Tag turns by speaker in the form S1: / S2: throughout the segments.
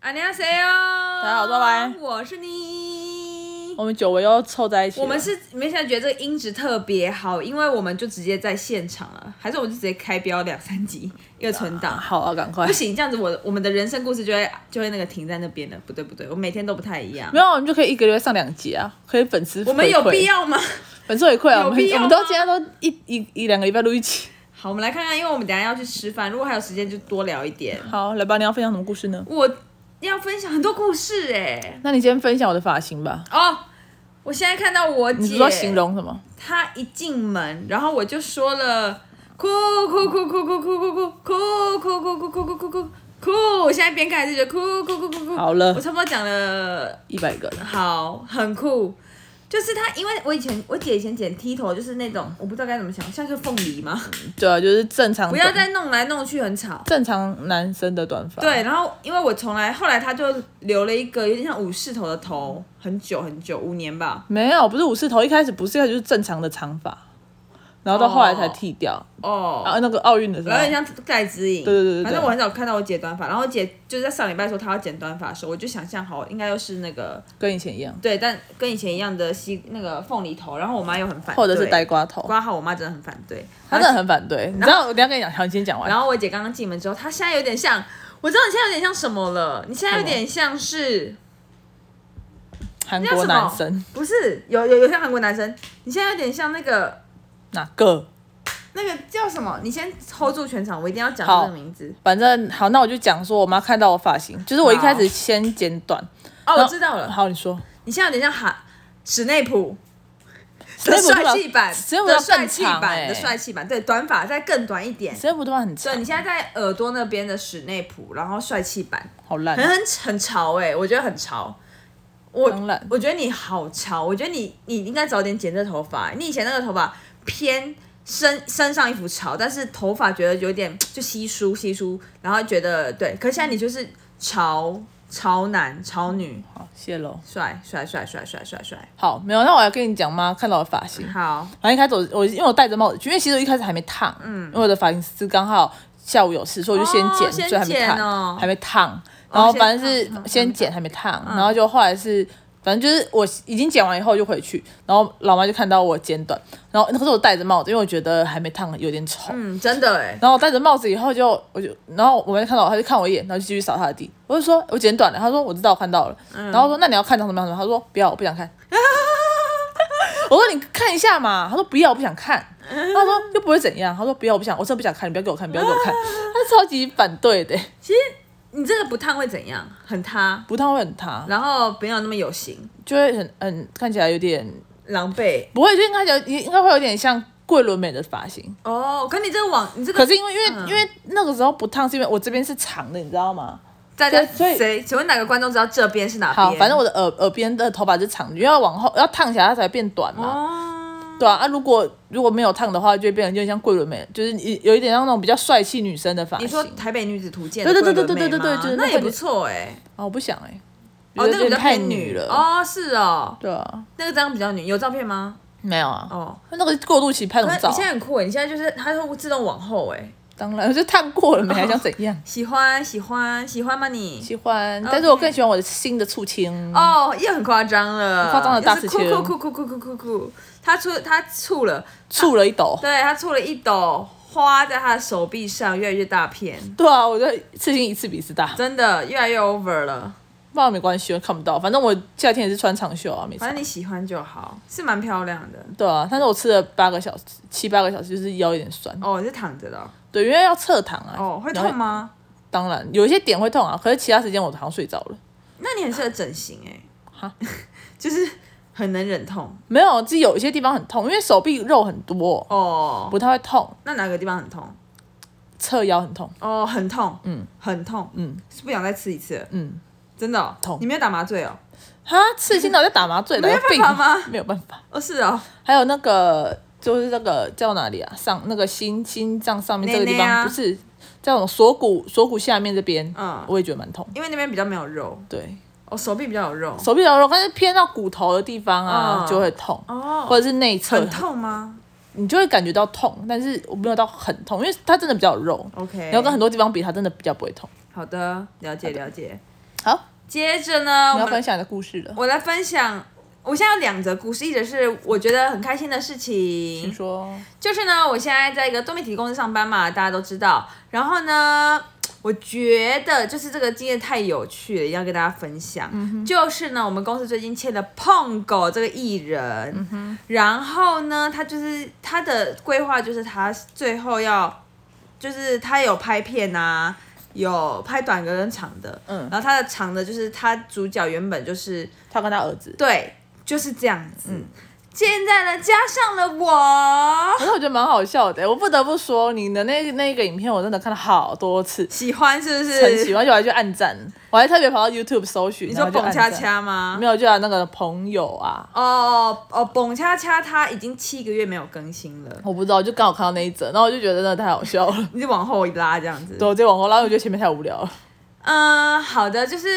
S1: 안녕하세요，
S2: 大家好拜拜
S1: 我是你。
S2: 我们久违又凑在一起了。
S1: 我们是没想到觉得这个音质特别好，因为我们就直接在现场了，还是我们就直接开标两三集一个存档。
S2: 好啊，赶快
S1: 不。行，这样子我我们的人生故事就会就会那个停在那边了。不对不对，我每天都不太一样。
S2: 没有，我们就可以一个月上两集啊，可以粉丝
S1: 我们有必要吗？
S2: 粉丝回馈啊，我
S1: 有
S2: 们
S1: 必要
S2: 我们都
S1: 吗
S2: 今天都一一一两个礼拜录一期。
S1: 好，我们来看看，因为我们等一下要去吃饭，如果还有时间就多聊一点。
S2: 好，来吧，你要分享什么故事呢？
S1: 我要分享很多故事哎、
S2: 那你先分享我的发型吧。
S1: 哦，我现在看到我
S2: 你
S1: 姐，
S2: 知道形容什么？
S1: 她一进门，然后我就说了，哭哭哭哭哭哭哭哭哭哭哭哭哭哭哭哭哭，我现在边看还是觉得哭哭哭哭哭。
S2: 好了
S1: 我差不多讲了，
S2: 一百个的。
S1: 好，很酷。就是她，因为我以前我姐以前剪剃头，就是那种我不知道该怎么想，像是凤梨吗？
S2: 对啊，就是正常
S1: 不
S2: 短。
S1: 要再弄来弄去，很吵。
S2: 正常男生的短发。
S1: 对，，然后因为我从来后来她就留了一个有点像武士头的头，很久很久，五年吧。
S2: 没有，不是武士头，一开始不是，一开始就是正常的长发，然后到后来才剃掉。
S1: 哦，
S2: 然后那个奥运的时候
S1: 然后，很像盖子影，
S2: 嗯对对对对
S1: 反正我很少看到我姐短发，然后我姐就是在上礼拜说她要剪短发的时候，我就想象好应该又是那个
S2: 跟以前一样，
S1: 对，但跟以前一样的西那个凤梨头，然后我妈又很反对，
S2: 或者是呆瓜头。
S1: 刮号，我妈真的很反对，
S2: 他真的很反对，你知道？我等一下跟你讲，好，你先讲完。
S1: 然后我姐刚刚进门之后，她现在有点像，我知道你现在有点像什么了，你现在有点像是
S2: 韩
S1: 叫
S2: 国
S1: 什
S2: 男
S1: 么？
S2: 生
S1: 不是有有有像韩国男生，你现在有点像那个
S2: 哪个？
S1: 那个叫什么？你先 hold 住全场，我一定要讲这
S2: 好
S1: 个名字。
S2: 反正好，那我就讲说我妈看到我发型，就是我一开始先剪短。
S1: 哦，
S2: 然
S1: 我
S2: 后
S1: 知道了，
S2: 好，你说。
S1: 你现在有点像韩史内普。
S2: 时
S1: 的
S2: 间不
S1: 帅气版，
S2: 时间不
S1: 的
S2: 到
S1: 帅
S2: 更
S1: 气
S2: 长
S1: 版
S2: 哎、
S1: 的
S2: 欸，
S1: 帅气版，对，短发再更短一点
S2: 时。间不到很
S1: 对，
S2: 长，
S1: 你现在在耳朵那边的室内谱，然后帅气版，
S2: 好烂哦
S1: 很，很很潮哎、我觉得很潮。我
S2: 当然
S1: 我觉得你好潮，我觉得你你应该早点剪这头发、哎你以前那个头发偏身身上一股潮，但是头发觉得有点就稀疏稀疏，然后觉得对，可是现在你就是潮潮男潮女，
S2: 嗯好谢喽。
S1: 帅帅帅帅帅帅帅，
S2: 好，没有，那我要跟你讲妈看到我的发型。
S1: 好，
S2: 然后一开始我我因为我戴着帽子去，因为其实我一开始还没烫，嗯，因为我的发型师刚好下午有事，所以我就先剪，
S1: 哦先
S2: 所以还没
S1: 剪
S2: 烫，
S1: 哦
S2: 还没烫。然后
S1: 先
S2: 反正是
S1: 烫嗯
S2: 先剪还没烫，然后就后来是反正就是我已经剪完以后就回去，然后老妈就看到我剪短，然后可是我戴着帽子，因为我觉得还没烫有点丑。
S1: 嗯，真的哎、
S2: 然后我戴着帽子以后就，我就，然后我没看到，他就看我一眼，然后就继续扫他的地。我就说，我剪短了。他说，我知道，我看到了。然后我说，那你要看长什么样什么样？他说，不要，我不想看。 我说，你看一下嘛。他说，不要，我不想看。他说，又不会怎样。他说，不要，我不想，我真的不想看，你不要给我看，你不要给我看。他超级反对的，
S1: 你这个不烫会怎样？很塌，
S2: 不太会很塌，
S1: 然后没有那么有型，
S2: 就会很很看起来有点
S1: 狼狈。
S2: 不会，就应该有应该会有点像桂纶镁的发型。
S1: 哦，可你这个网，你这
S2: 可
S1: 个
S2: 是因为因为、因为那个时候不烫，是因为我这边是长的，你知道吗？
S1: 大家
S2: 所以
S1: 谁？请问哪个观众知道这边是哪边？
S2: 好，反正我的耳耳边的头发是长的，因为要往后要烫起来它才变短嘛。
S1: 哦，
S2: 对啊，啊如果如果没有烫的话，就会变成就像桂纶镁，就是有有一点像那种比较帅气女生的发型。
S1: 你说《台北女子图鉴》
S2: 对
S1: 的
S2: 对
S1: 桂纶镁
S2: 对对对对
S1: 吗
S2: 就是那
S1: 那也
S2: 个
S1: 不错哎。
S2: 啊，我不想哎、欸，
S1: 哦，那
S2: 觉得
S1: 个
S2: 有
S1: 比较
S2: 点太
S1: 偏
S2: 女了。
S1: 哦，是哦，
S2: 对啊，
S1: 那个张比较女，有照片吗？
S2: 没有啊，
S1: 哦，
S2: 那个过渡期拍什
S1: 那
S2: 么照
S1: 你
S2: 啊？
S1: 现在很酷哎，你现在就是它会自动往后哎，
S2: 当然，我就烫过
S1: 哦
S2: 了没，还想怎样？
S1: 喜欢喜欢喜欢吗你？
S2: 喜欢，但是我更喜欢我的新的触青。
S1: 哦，又很夸张了，
S2: 夸张的大
S1: 就是
S2: 事
S1: 酷
S2: 情
S1: 酷酷酷酷酷酷，他出他醋了，
S2: 触了一抖。
S1: 对他出了一朵花在他的手臂上，越来越大片，
S2: 对啊，我觉得刺青一次比一次大，
S1: 真的越来越 over 了。
S2: 不然没关系，我看不到。反正我夏天也是穿长袖啊，没差
S1: 反。正你喜欢就好，是蛮漂亮的。
S2: 对啊，但是我吃了八个小时，七八个小时，就是腰有点酸。
S1: 哦，你是躺着的哦
S2: 对，因为要侧躺啊。
S1: 哦，会
S2: 然后
S1: 痛？吗？
S2: 当然，有一些点会痛啊，可是其他时间我好像睡着了。
S1: 那你很适合整形哎、
S2: 哈
S1: 就是很能忍痛
S2: 没有，就是有一些地方很痛，因为手臂肉很多，
S1: 哦。
S2: 不太会痛。
S1: 那哪个地方很痛？
S2: 侧腰很痛，
S1: 哦，很痛，
S2: 嗯，
S1: 很痛，
S2: 嗯
S1: 是不想再吃一次了，
S2: 嗯。
S1: 真的、哦、
S2: 痛
S1: 你没有打麻醉哦？
S2: 哈，刺青脑在打麻醉的，
S1: 没
S2: 有病
S1: 办法吗？
S2: 没有办法。
S1: 哦，是哦，
S2: 还有那个就是那个叫哪里啊？上那个心心脏上面这个地
S1: 内内
S2: 方，
S1: 啊
S2: 不是叫什么锁骨锁骨下面这边，
S1: 嗯
S2: 我也觉得蛮痛。
S1: 因为那边比较没有肉，
S2: 对，
S1: 哦，手臂比较有肉，
S2: 手臂的肉，但是偏到骨头的地方啊，
S1: 嗯
S2: 就会痛。
S1: 哦，
S2: 或者是内侧
S1: 很，痛吗
S2: 你就会感觉到痛，但是我没有到很痛，因为它真的比较有肉，
S1: ？OK，
S2: 然后跟很多地方比，它真的比较不会痛。
S1: 好的，了解了解。
S2: 好，
S1: 接着呢，
S2: 你
S1: 我
S2: 要
S1: 们
S2: 分享你的故事了，
S1: 我来分享，我现在有两则故事，一则是我觉得很开心的事
S2: 你
S1: 情，
S2: 说
S1: 就是呢，我现在在一个多媒体公司上班嘛，大家都知道。然后呢，我觉得就是这个经验太有趣了，一定要跟大家分享。就是呢，我们公司最近签了碰狗这个艺人，然后呢，他就是他的规划就是他最后要，就是他有拍片啊。有拍短的跟长的，
S2: 嗯
S1: 然后他的长的就是他主角原本就是
S2: 他跟他儿子，
S1: 对，就是这样子。现在呢，加上了我，
S2: 可是我觉得蛮好笑的、我不得不说，你的那那个影片我真的看了好多次，
S1: 喜欢是不
S2: 很喜
S1: 是？
S2: 欢，而且我还去按赞，我还特别跑到 YouTube 搜寻，
S1: 你
S2: 然
S1: 说
S2: 后就
S1: 蹦
S2: 按
S1: 恰
S2: 赞，
S1: 恰吗
S2: 没？有，就有那个朋友啊，
S1: 哦哦，蹦恰恰他已经七个月没有更新了，
S2: 我不知道，就刚好看到那一则，然后我就觉得真的太好笑了，
S1: 你就往后一拉这样子。
S2: 对，我直接往后拉，因为我觉得前面太无聊了，
S1: 嗯，好的，就是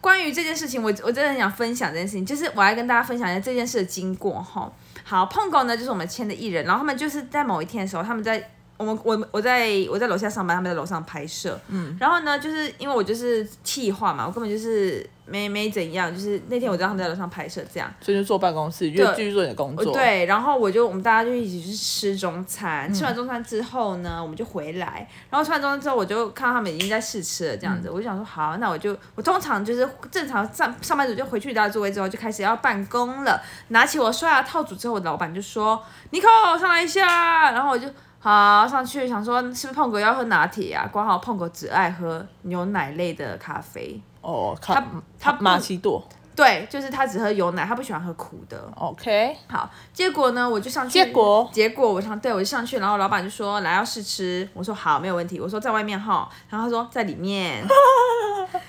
S1: 关于这件事情，我我真的很想分享这件事情，就是我来跟大家分享一下这件事的经过哈。好，碰狗呢就是我们签的艺人，然后他们就是在某一天的时候，他们在我们我我在我在楼下上班，他们在楼上拍摄，嗯，然后呢，就是因为我就是气话嘛，我根本就是没没怎样，就是那天我知道他们在楼上拍摄这样，
S2: 所以就坐办公室，就
S1: 对
S2: 继续做你的工
S1: 我
S2: 作，，
S1: 对，然后我就我们大家就一起去吃中餐，吃完中餐之后呢，我们就回来，然后吃完中餐之后，我就看到他们已经在试吃了这样子，我就想说好，那我就我通常就是正常上上班族就回去大家座位之后就开始要办公了，拿起我刷牙套组之后，我老板就说尼克上来一下，然后我就。好，上去想说是不是碰狗要喝拿铁啊？管好碰狗只爱喝牛奶类的咖啡，
S2: 哦，
S1: 他
S2: 看
S1: 他不
S2: 马奇朵
S1: 对，就是他只喝有奶，他不喜欢喝苦的。
S2: ，OK，
S1: 好，结果呢，我就上去。
S2: 结果
S1: 结果我上对我就上去，然后老板就说来要试吃，我说好，没有问题。我说在外面哈，然后他说在里面。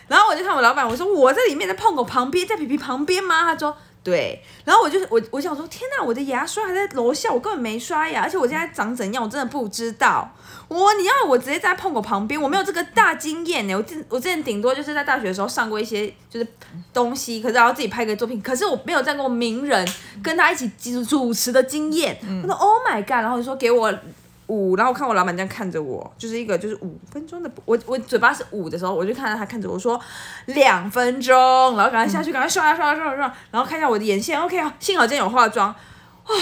S1: 然后我就看我老板，我说我在里面，在碰狗旁边，在皮皮旁边吗？他说对。然后我就我我想说，天哪，我的牙刷还在楼下，我根本没刷牙，而且我现在长怎样，我真的不知道。我你要我直接在碰狗旁边，我没有这个大经验呢。我之我之前顶多就是在大学的时候上过一些就是东西，可是然后自己拍个作品，可是我没有站过名人跟他一起主主持的经验。他说 Oh my god，然后就说给我五，然后我看我老板这样看着我，就是一个就是五分钟的，我我嘴巴是五的时候，我就看到他看着我说两分钟，然后赶快下去，赶快刷牙刷牙刷牙刷牙，然后看一下我的眼线，OK 哦，幸好今天有化妆，哇，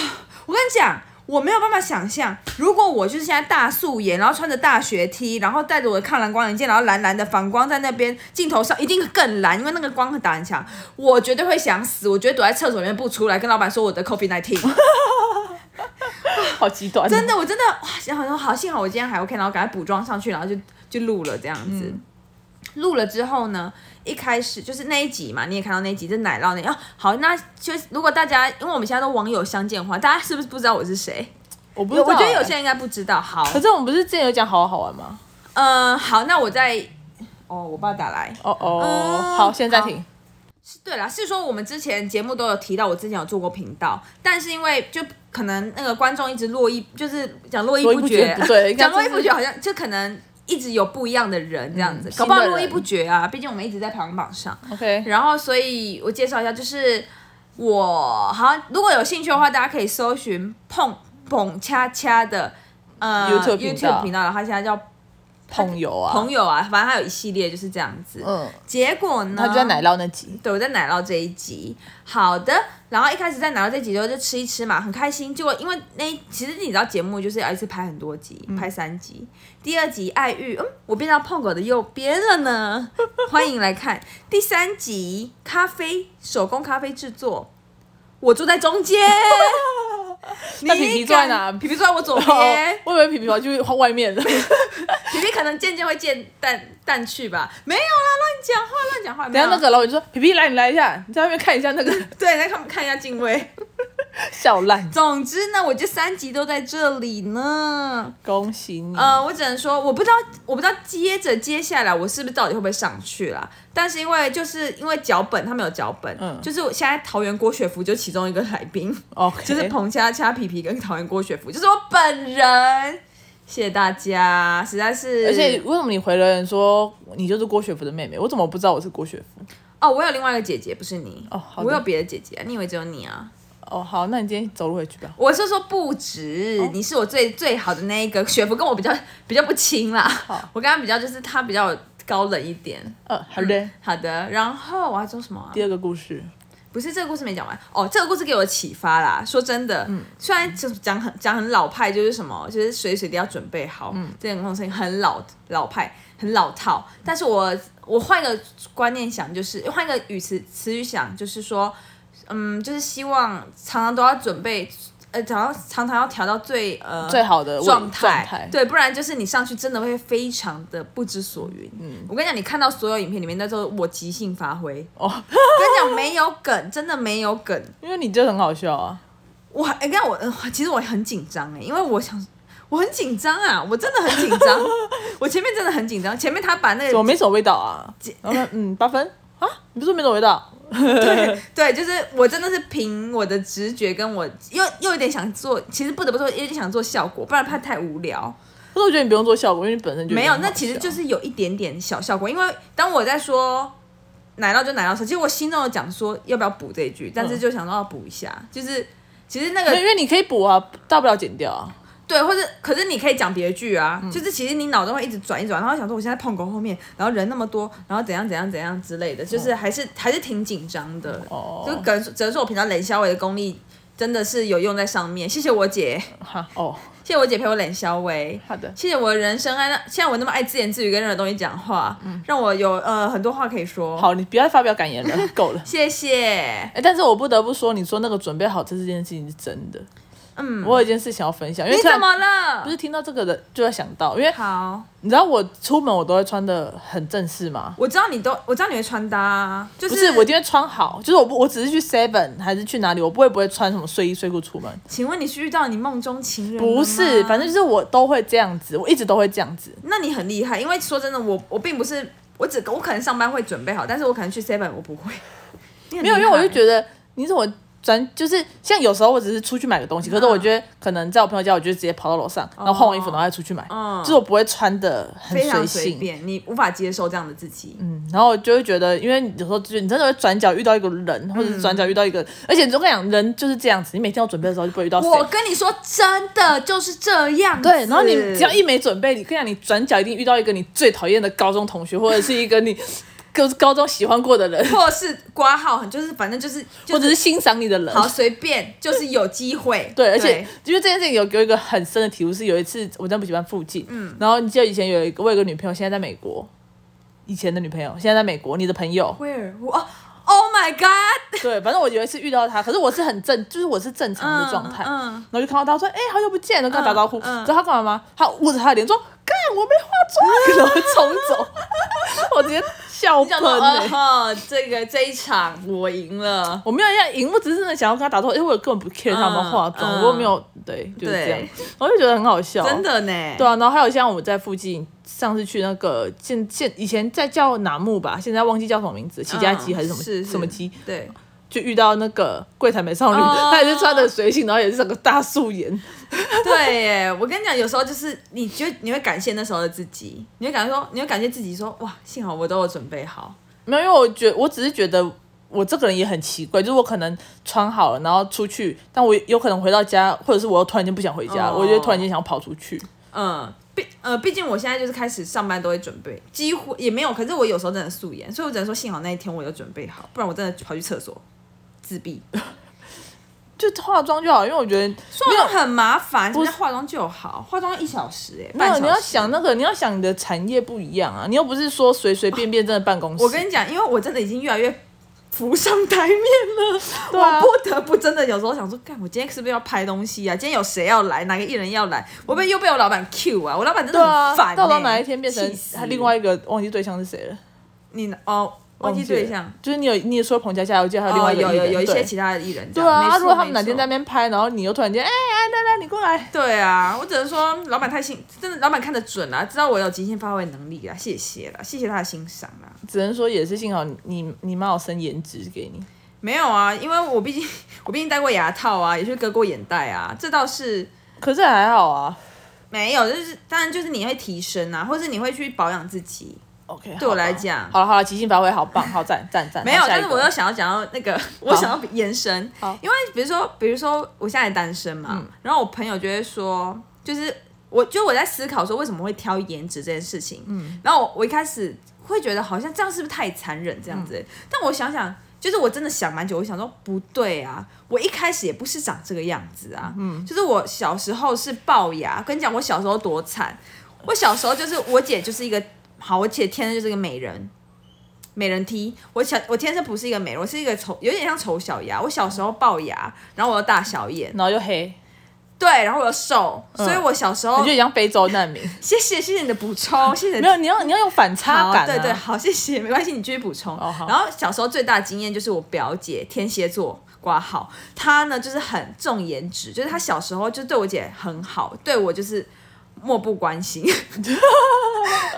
S1: 我跟你讲。我没有办法想象，如果我就是现在大素颜，然后穿着大学 T，然后戴着我的抗蓝光眼镜，然后蓝蓝的反光在那边镜头上一定更蓝，因为那个光打很强，我绝对会想死，我绝对躲在厕所里面不出来，跟老板说我得 COVID nineteen。
S2: 好极端，
S1: 真的，我真的哇，想好好，幸好我今天还 OK，然后赶快补妆上去，然后就就录了这样子。录了之后呢，一开始就是那一集嘛，你也看到那一集，就是奶酪那啊，好，那就如果大家，因为我们现在都网友相见话，大家是不是不知道我是谁？
S2: 我不
S1: 我
S2: 知道
S1: 觉得有
S2: 欸
S1: 些人应该不知道。好，
S2: 可是我们不是之前有讲好好好玩吗？
S1: 嗯、好，那我再，哦，我爸打来，
S2: 哦哦，
S1: 嗯
S2: 好，现在
S1: 好
S2: 停。
S1: 对啦，是说我们之前节目都有提到，我之前有做过频道，但是因为就可能那个观众一直络绎，就是讲络绎
S2: 络绎不
S1: 绝
S2: 绝，不对
S1: 讲络
S2: 应该
S1: 绎
S2: 就是
S1: 不绝好像就可能一直有不一样的人这样子，
S2: 嗯
S1: 搞不好
S2: 新的
S1: 络绎
S2: 人
S1: 不绝啊，毕竟我们一直在排行榜上。
S2: OK，
S1: 然后，所以我介绍一下，就是我好像如果有兴趣的话，大家可以搜寻碰碰恰恰的呃
S2: YouTube 频道
S1: 频道，然后它现在叫
S2: 朋友啊，
S1: 朋友啊，反正它有一系列就是这样子。
S2: 嗯，
S1: 结果呢？
S2: 他就在奶酪那集，
S1: 对，我在奶酪这一集。好的，然后一开始在奶酪这一集之后就吃一吃嘛，很开心。结果因为那一其实你知道节目就是要一次拍很多集，
S2: 嗯
S1: 拍三集。第二集爱玉，嗯，我变到碰狗的右边了呢， 欢迎来看。第三集咖啡手工咖啡制作，我坐在中 间。你
S2: 那皮皮坐在哪
S1: 敢皮皮坐在我左
S2: 然后
S1: 边，
S2: 我以为皮皮跑去外面 了，
S1: 皮皮可能渐渐会渐淡淡去吧。没有啦，乱讲话，乱讲话。没
S2: 等
S1: 有
S2: 下那个老板就说：“皮皮来，你来一下，你在外面看一下那 个
S1: 对，来看看一下敬畏。
S2: 小 烂。
S1: 总之呢，我这三集都在这里呢。”
S2: 恭喜你，
S1: 呃，我只能说，我不知道，我不知道接着接下来我是不是到底会不会上去啦。但是因为就是因为脚本，他们有脚本，
S2: 嗯
S1: 就是我现在桃园郭雪芙就其中一个来宾，
S2: OK，
S1: 就是彭恰恰皮皮跟桃园郭雪芙，就是我本人。谢谢大家，实在是。
S2: 而且为什么你回了人说你就是郭雪芙的妹妹？我怎么不知道我是郭雪芙？
S1: 哦，我有另外一个姐姐，不是你。
S2: 哦好的
S1: 我有别的姐姐，你以为只有你啊？
S2: 哦，好，那你今天走路回去吧。
S1: 我是说不止，你 是我最最好的那一个，雪芙跟我比较比较不亲啦。我跟他比较就是他比较有高冷一点。
S2: 呃，好的，
S1: 好的，然后我要说什么、啊？
S2: 第二个故事，
S1: 不是这个故事没讲完哦，这个故事给我启发啦。说真的，虽然就是讲很讲很老派，就是什么，就是随时随地要准备好，这种东西很老老派，很老套。但是我我换一个观念想，就是换一个语词词语想，就是说，嗯，就是希望常常都要准备，呃，常常常常要调到最呃
S2: 最好的位
S1: 状
S2: 嗯态，
S1: 对，不然就是你上去真的会非常的不知所云。嗯，我跟你讲，你看到所有影片里面，那都是我即兴发挥。
S2: 哦
S1: 我跟你讲，没有梗，真的没有梗。
S2: 因为你就很好笑啊。
S1: 我还，你看我，呃其实我很紧张哎，因为我想，我很紧张啊，我真的很紧张。我前面真的很紧张，前面他把那
S2: 怎么
S1: 个
S2: 没什么味道啊？然后嗯，八分啊，你不是说没什么味道？
S1: 对对，就是我真的是凭我的直觉跟我又又有点想做，其实不得不说有点想做效果，不然怕太无聊。
S2: 可是我觉得你不用做效果，因为你本身就
S1: 没有，
S2: 已经
S1: 那
S2: 很好
S1: 其实
S2: 笑
S1: 就是有一点点小效果，因为当我在说奶酪就奶酪时，其实我心中有讲说要不要补这一句，但是就想说要补一下，就是其实那
S2: 嗯没有
S1: 个
S2: 因为你可以补啊，大不了剪掉 啊。
S1: 对，或者可是你可以讲别句啊，
S2: 嗯
S1: 就是其实你脑中会一直转一转，然后想说我现在碰狗后面，然后人那么多，然后怎样怎样怎样之类的，就是还是、还是挺紧张的，
S2: 哦
S1: 就可能只能说我平常冷消维的功力真的是有用在上面，谢谢我姐，
S2: 哈哦，
S1: 谢谢我姐陪我冷消维。
S2: 好的，
S1: 谢谢我的人生爱，让现在我那么爱自言自语跟任何东西讲话，让我有呃很多话可以说。，
S2: 嗯好，你不要再发表感 言了，够了。
S1: 谢谢。
S2: 哎、但是我不得不说，你说那个准备好这件事情是真的。
S1: 嗯，
S2: 我有一件事想要分享，因为
S1: 你
S2: 突然
S1: 怎么了？
S2: 不是听到这个的就要想到，因为
S1: 好，
S2: 你知道我出门我都会穿的很正式嘛，
S1: 我知道你都，我知道你会穿搭啊，就
S2: 不
S1: 是
S2: 是我一定会穿好，就是我不我只是去 Seven 还是去哪里，我不会不会穿什么睡衣睡裤出门，
S1: 请问你是遇到你梦中情人了吗？
S2: 不是，反正就是我都会这样子，我一直都会这样子。
S1: 那你很厉害，因为说真的，我我并不是，我只我可能上班会准备好，但是我可能去 seven 我不会。
S2: 没
S1: 没
S2: 有，因为我就觉得你怎么转，就是像有时候我只是出去买个东西，可是
S1: 嗯
S2: 我觉得可能在我朋友家，我就直接跑到楼上，然后换完衣服，然后再出去买，就是我不会穿的很
S1: 哦嗯非常
S2: 随
S1: 随
S2: 性。
S1: 便，你无法接受这样的自己。
S2: 嗯，然后我就会觉得，因为有时候就是你真的会转角遇到一个人，或者是转角遇到一个，而且你就跟你讲，人就是这样子，你每天要准备的时候就不会遇到谁。
S1: 嗯我跟你说，真的就是这样子。
S2: 对，然后你只要一没准备，你跟你讲，你转角一定遇到一个你最讨厌的高中同学，或者是一个你高高中喜欢过的人，
S1: 或是挂号，就是反正就是，就
S2: 或者
S1: 是
S2: 是欣赏你的人。
S1: 好随便，就是有机会。，
S2: 对，而且因为这件事情有给我一个很深的体悟，是有一次我在补习班附近，嗯，然后你记得以前有一个我有一个女朋友，现在在美国，以前的女朋友现在在美国，你的朋友
S1: Where 我 Oh my God！
S2: 对，反正我有一次遇到她，可是我是很正，就是我是正常的状态，
S1: 嗯嗯
S2: 然后就看到她说，哎、好久不见，然后跟她打招呼，
S1: 嗯嗯
S2: 知道她干嘛吗？她捂着她的脸说，干，我没化妆， 然后冲走，我直接笑
S1: 你想
S2: 喷
S1: 说
S2: 了、
S1: 哦吼，这个这一场我赢了。
S2: 我没有要赢，我只是真的想要跟她打招呼，因为我根本不 care 她有没有化妆，
S1: 嗯嗯
S2: 我没有，对，就是这样
S1: 对，
S2: 我就觉得很好笑，
S1: 真的呢，
S2: 对啊，然后还有像我们在附近，上次去那个现现以前在叫拿木吧，现在忘记叫什么名字，起家鸡还是什么、
S1: 嗯是是
S2: 什么鸡，
S1: 对，
S2: 就遇到那个柜台美少女，
S1: 哦
S2: 她也是穿的随性，然后也是整个大素颜，
S1: 对耶！我跟你讲，有时候就是你觉得你会感谢那时候的自己，你会感觉说，你会感谢自己说，哇，幸好我都有准备好。
S2: 没有，因为我觉我只是觉得。我这个人也很奇怪，就是我可能穿好了，然后出去，但我有可能回到家，或者是我又突然间不想回家，
S1: 哦
S2: 我就突然间想要跑出去。
S1: 嗯，毕呃，毕竟我现在就是开始上班都会准备，几乎也没有。可是我有时候真的素颜，所以我只能说幸好那一天我有准备好，不然我真的跑去厕所自闭。
S2: 就化妆就好，因为我觉得
S1: 化妆很麻烦，什
S2: 不
S1: 么
S2: 是
S1: 叫化妆就好？化妆一小时哎、欸，
S2: 没
S1: 半
S2: 有
S1: 小时。
S2: 你要想那个，你要想你的产业不一样啊，你又不是说随随便便真的办公室。
S1: 我跟你讲，因为我真的已经越来越浮上台面了，
S2: 对啊
S1: 我不得不真的有时候想说，干，我今天是不是要拍东西啊？今天有谁要来？哪个艺人要来？我被又被我老板 Q 啊！我老板真的
S2: 对啊，
S1: 很烦、欸
S2: 到时候哪一天变成
S1: 气死
S2: 他另外一个忘记对象是谁了？
S1: 你哦，忘记对象
S2: 了，就是你有你也说彭佳佳，我记得还有另外
S1: 哦，
S2: 一个
S1: 有
S2: 艺人、
S1: 有有一些
S2: 对
S1: 其他的艺人这
S2: 对
S1: 样，
S2: 啊，
S1: 没错
S2: 啊如果他们哪
S1: 没
S2: 天
S1: 错
S2: 在那边拍，然后你又突然间哎哎来来你过来，
S1: 对啊，我只能说老板太信，真的老板看得准啊，知道我有极限发挥能力啊，谢谢啦，谢谢他的欣赏啊。
S2: 只能说也是幸好你你你妈有生颜值给你，
S1: 没有啊，因为我毕竟 我毕竟戴过牙套啊，也去割过眼袋啊，这倒是
S2: 可是还好啊。
S1: 没有，就是当然就是你会提升啊，或是你会去保养自己。
S2: OK，
S1: 对我
S2: 好吧
S1: 来讲
S2: 好了好了，即兴发挥好棒，好赞赞赞。
S1: 没有，
S2: 好下
S1: 但
S2: 一
S1: 是
S2: 个
S1: 我又想要讲到那 个，我想要延伸
S2: 好，嗯
S1: 因为比如说，比如说我现在单身嘛，然后我朋友就会说，就是我就我在思考说为什么会挑颜值这件事情，嗯，然后我我一开始会觉得好像这样是不是太残忍这样
S2: 嗯
S1: 子、但我想想，就是我真的想蛮久，我想说不对啊，我一开始也不是长这个样子啊，嗯，就是我小时候是龅牙，跟你讲我小时候多惨，我小时候就是我姐就是一个好，我姐天生就是个美人。美人踢，我小我天生不是一个美人，我是一个丑，有点像丑小鸭。我小时候龅牙，然后我又大小眼，
S2: 然后又黑，
S1: 对，然后我又瘦，所以我小时候
S2: 嗯你就像非洲难 民。
S1: 谢谢谢谢你的补充，谢谢
S2: 没有，你要你要有反差
S1: 好，
S2: 感、啊。
S1: 对对，好，谢谢，没关系，你继续补充。
S2: 哦好
S1: 然后小时候最大的经验就是我表姐天蝎座。挂号，她呢就是很重颜值，就是她小时候就对我姐很好，对我就是漠不关心，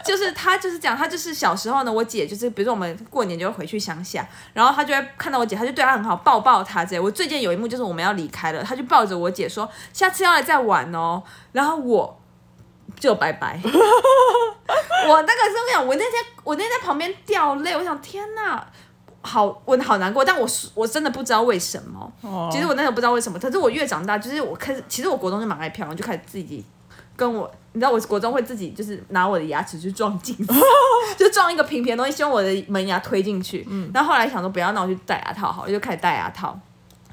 S1: 就是她就是这样，她就是小时候呢，我姐就是比如说我们过年就会回去乡下，然后她就会看到我姐，她就对她很好，抱抱她之类。我最近有一幕就是我们要离开了，她就抱着我姐说下次要来再玩哦，然后我就拜拜。我那个时候跟你讲，我那天我那天在旁边掉泪，我想天哪，好我好难过，但我是我真的不知道为什么。
S2: 哦
S1: 其实我那时候不知道为什么，可是我越长大，就是我开始，其实我国中就蛮爱漂亮，就开始自己跟我，你知道我国中会自己就是拿我的牙齿去撞镜子，就撞一个平平的东西，希望我的门牙推进去。嗯，然后后来想说不要，那我就戴牙套好了，就开始戴牙套。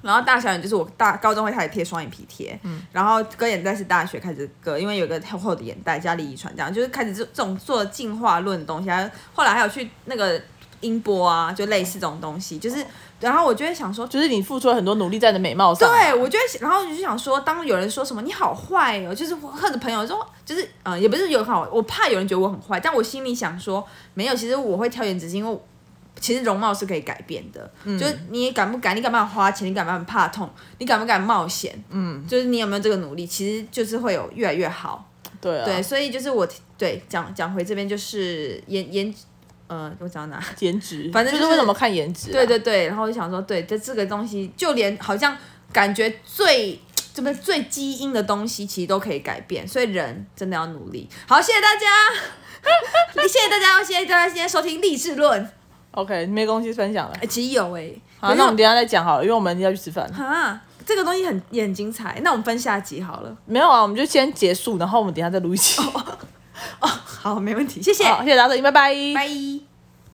S1: 然后大小眼就是我大高中会开始贴双眼皮贴，然后割眼袋是大学开始割，因为有一个厚厚的眼袋，家里遗传这样，就是开始这这种做进化论的东西，还有后来还有去那个音波啊，就类似这种东西，就是然后我就会想说，
S2: 就是你付出了很多努力在你的美貌上。啊
S1: 对，我就会想，然后我就想说，当有人说什么你好坏哦，就是我或者朋友说，就是嗯、呃也不是有好，我怕有人觉得我很坏，但我心里想说，没有，其实我会挑颜值是因为我。其实容貌是可以改变的，就是你敢不敢，你敢不敢花钱，你敢不敢怕痛，你敢不敢冒险，嗯，就是你有没有这个努力，其实就是会有越来越好。
S2: 对啊，
S1: 对，所以就是我对讲讲回这边就是颜颜，呃，我讲到哪？
S2: 颜值，
S1: 反正
S2: 就
S1: 就是
S2: 是为什么看颜值、啊？
S1: 对对对，然后我就想说，对，这这个东西，就连好像感觉最这边最基因的东西，其实都可以改变，所以人真的要努力。好，谢谢大家， 谢谢大家，谢谢大家今天收听励志论。
S2: ，OK，你没东西分享了
S1: 哎、。其实有哎、
S2: 好，那我们等一下再讲好了，因为我们要去吃饭。
S1: 啊，这个东西很也很精彩，那我们分下集好了。
S2: 没有啊，我们就先结束，然后我们等一下再录一期。
S1: 好，没问题，谢谢，
S2: 好，谢谢大家收听，拜拜。
S1: 拜。